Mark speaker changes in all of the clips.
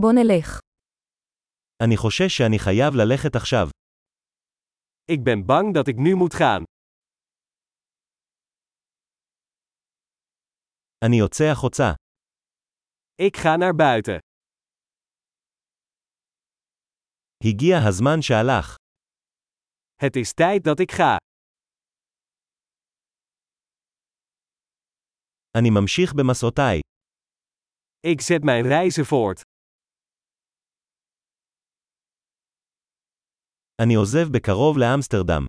Speaker 1: בוא נלך.
Speaker 2: אני חושש שאני חייב ללכת עכשיו.
Speaker 3: Ik ben bang dat ik nu moet gaan.
Speaker 2: אני יוצא החוצה.
Speaker 3: Ik ga naar buiten.
Speaker 2: הגיע הזמן שהלך.
Speaker 3: Het is tijd dat ik ga.
Speaker 2: אני ממשיך במסעותיי.
Speaker 3: Ik zet mijn reizen voort.
Speaker 2: אני עוזב בקרוב לאמסטרדם.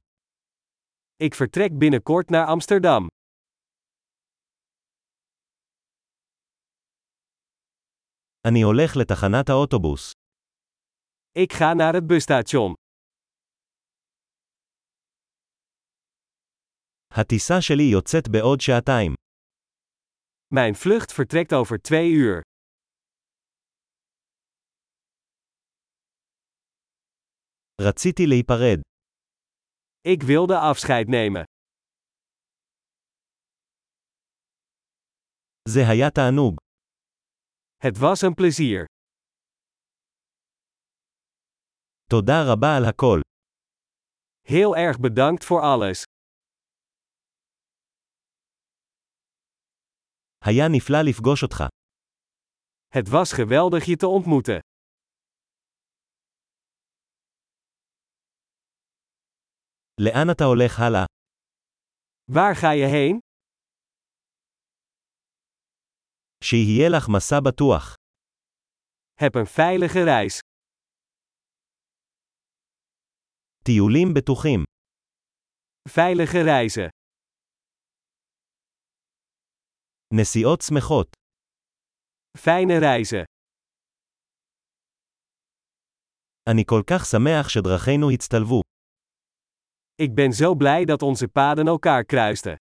Speaker 3: Ik vertrek binnenkort naar Amsterdam.
Speaker 2: אני הולך לתחנת האוטובוס.
Speaker 3: Ik ga naar het busstation.
Speaker 2: הטיסה שלי יוצאת בעוד שעתיים.
Speaker 3: Mijn vlucht vertrekt over twee uur.
Speaker 2: רציתי להיפרד.
Speaker 3: Ik wilde afscheid nemen.
Speaker 2: זה היה תענוג.
Speaker 3: Het was een plezier.
Speaker 2: תודה רבה על הכל.
Speaker 3: Heel erg bedankt voor alles.
Speaker 2: היה נפלא לפגוש אותך.
Speaker 3: Het was geweldig je te ontmoeten.
Speaker 2: לאן אתה הולך הלאה?
Speaker 3: Waar ga je heen?
Speaker 2: שיהיה לך מסע בטוח.
Speaker 3: Heb een veilige reis.
Speaker 2: טיולים בטוחים.
Speaker 3: Veilige reizen.
Speaker 2: נסיעות שמחות.
Speaker 3: Fijne reizen.
Speaker 2: אני כל כך שמח שדרכינו הצטלבו.
Speaker 3: Ik ben zo blij dat onze paden elkaar kruisten.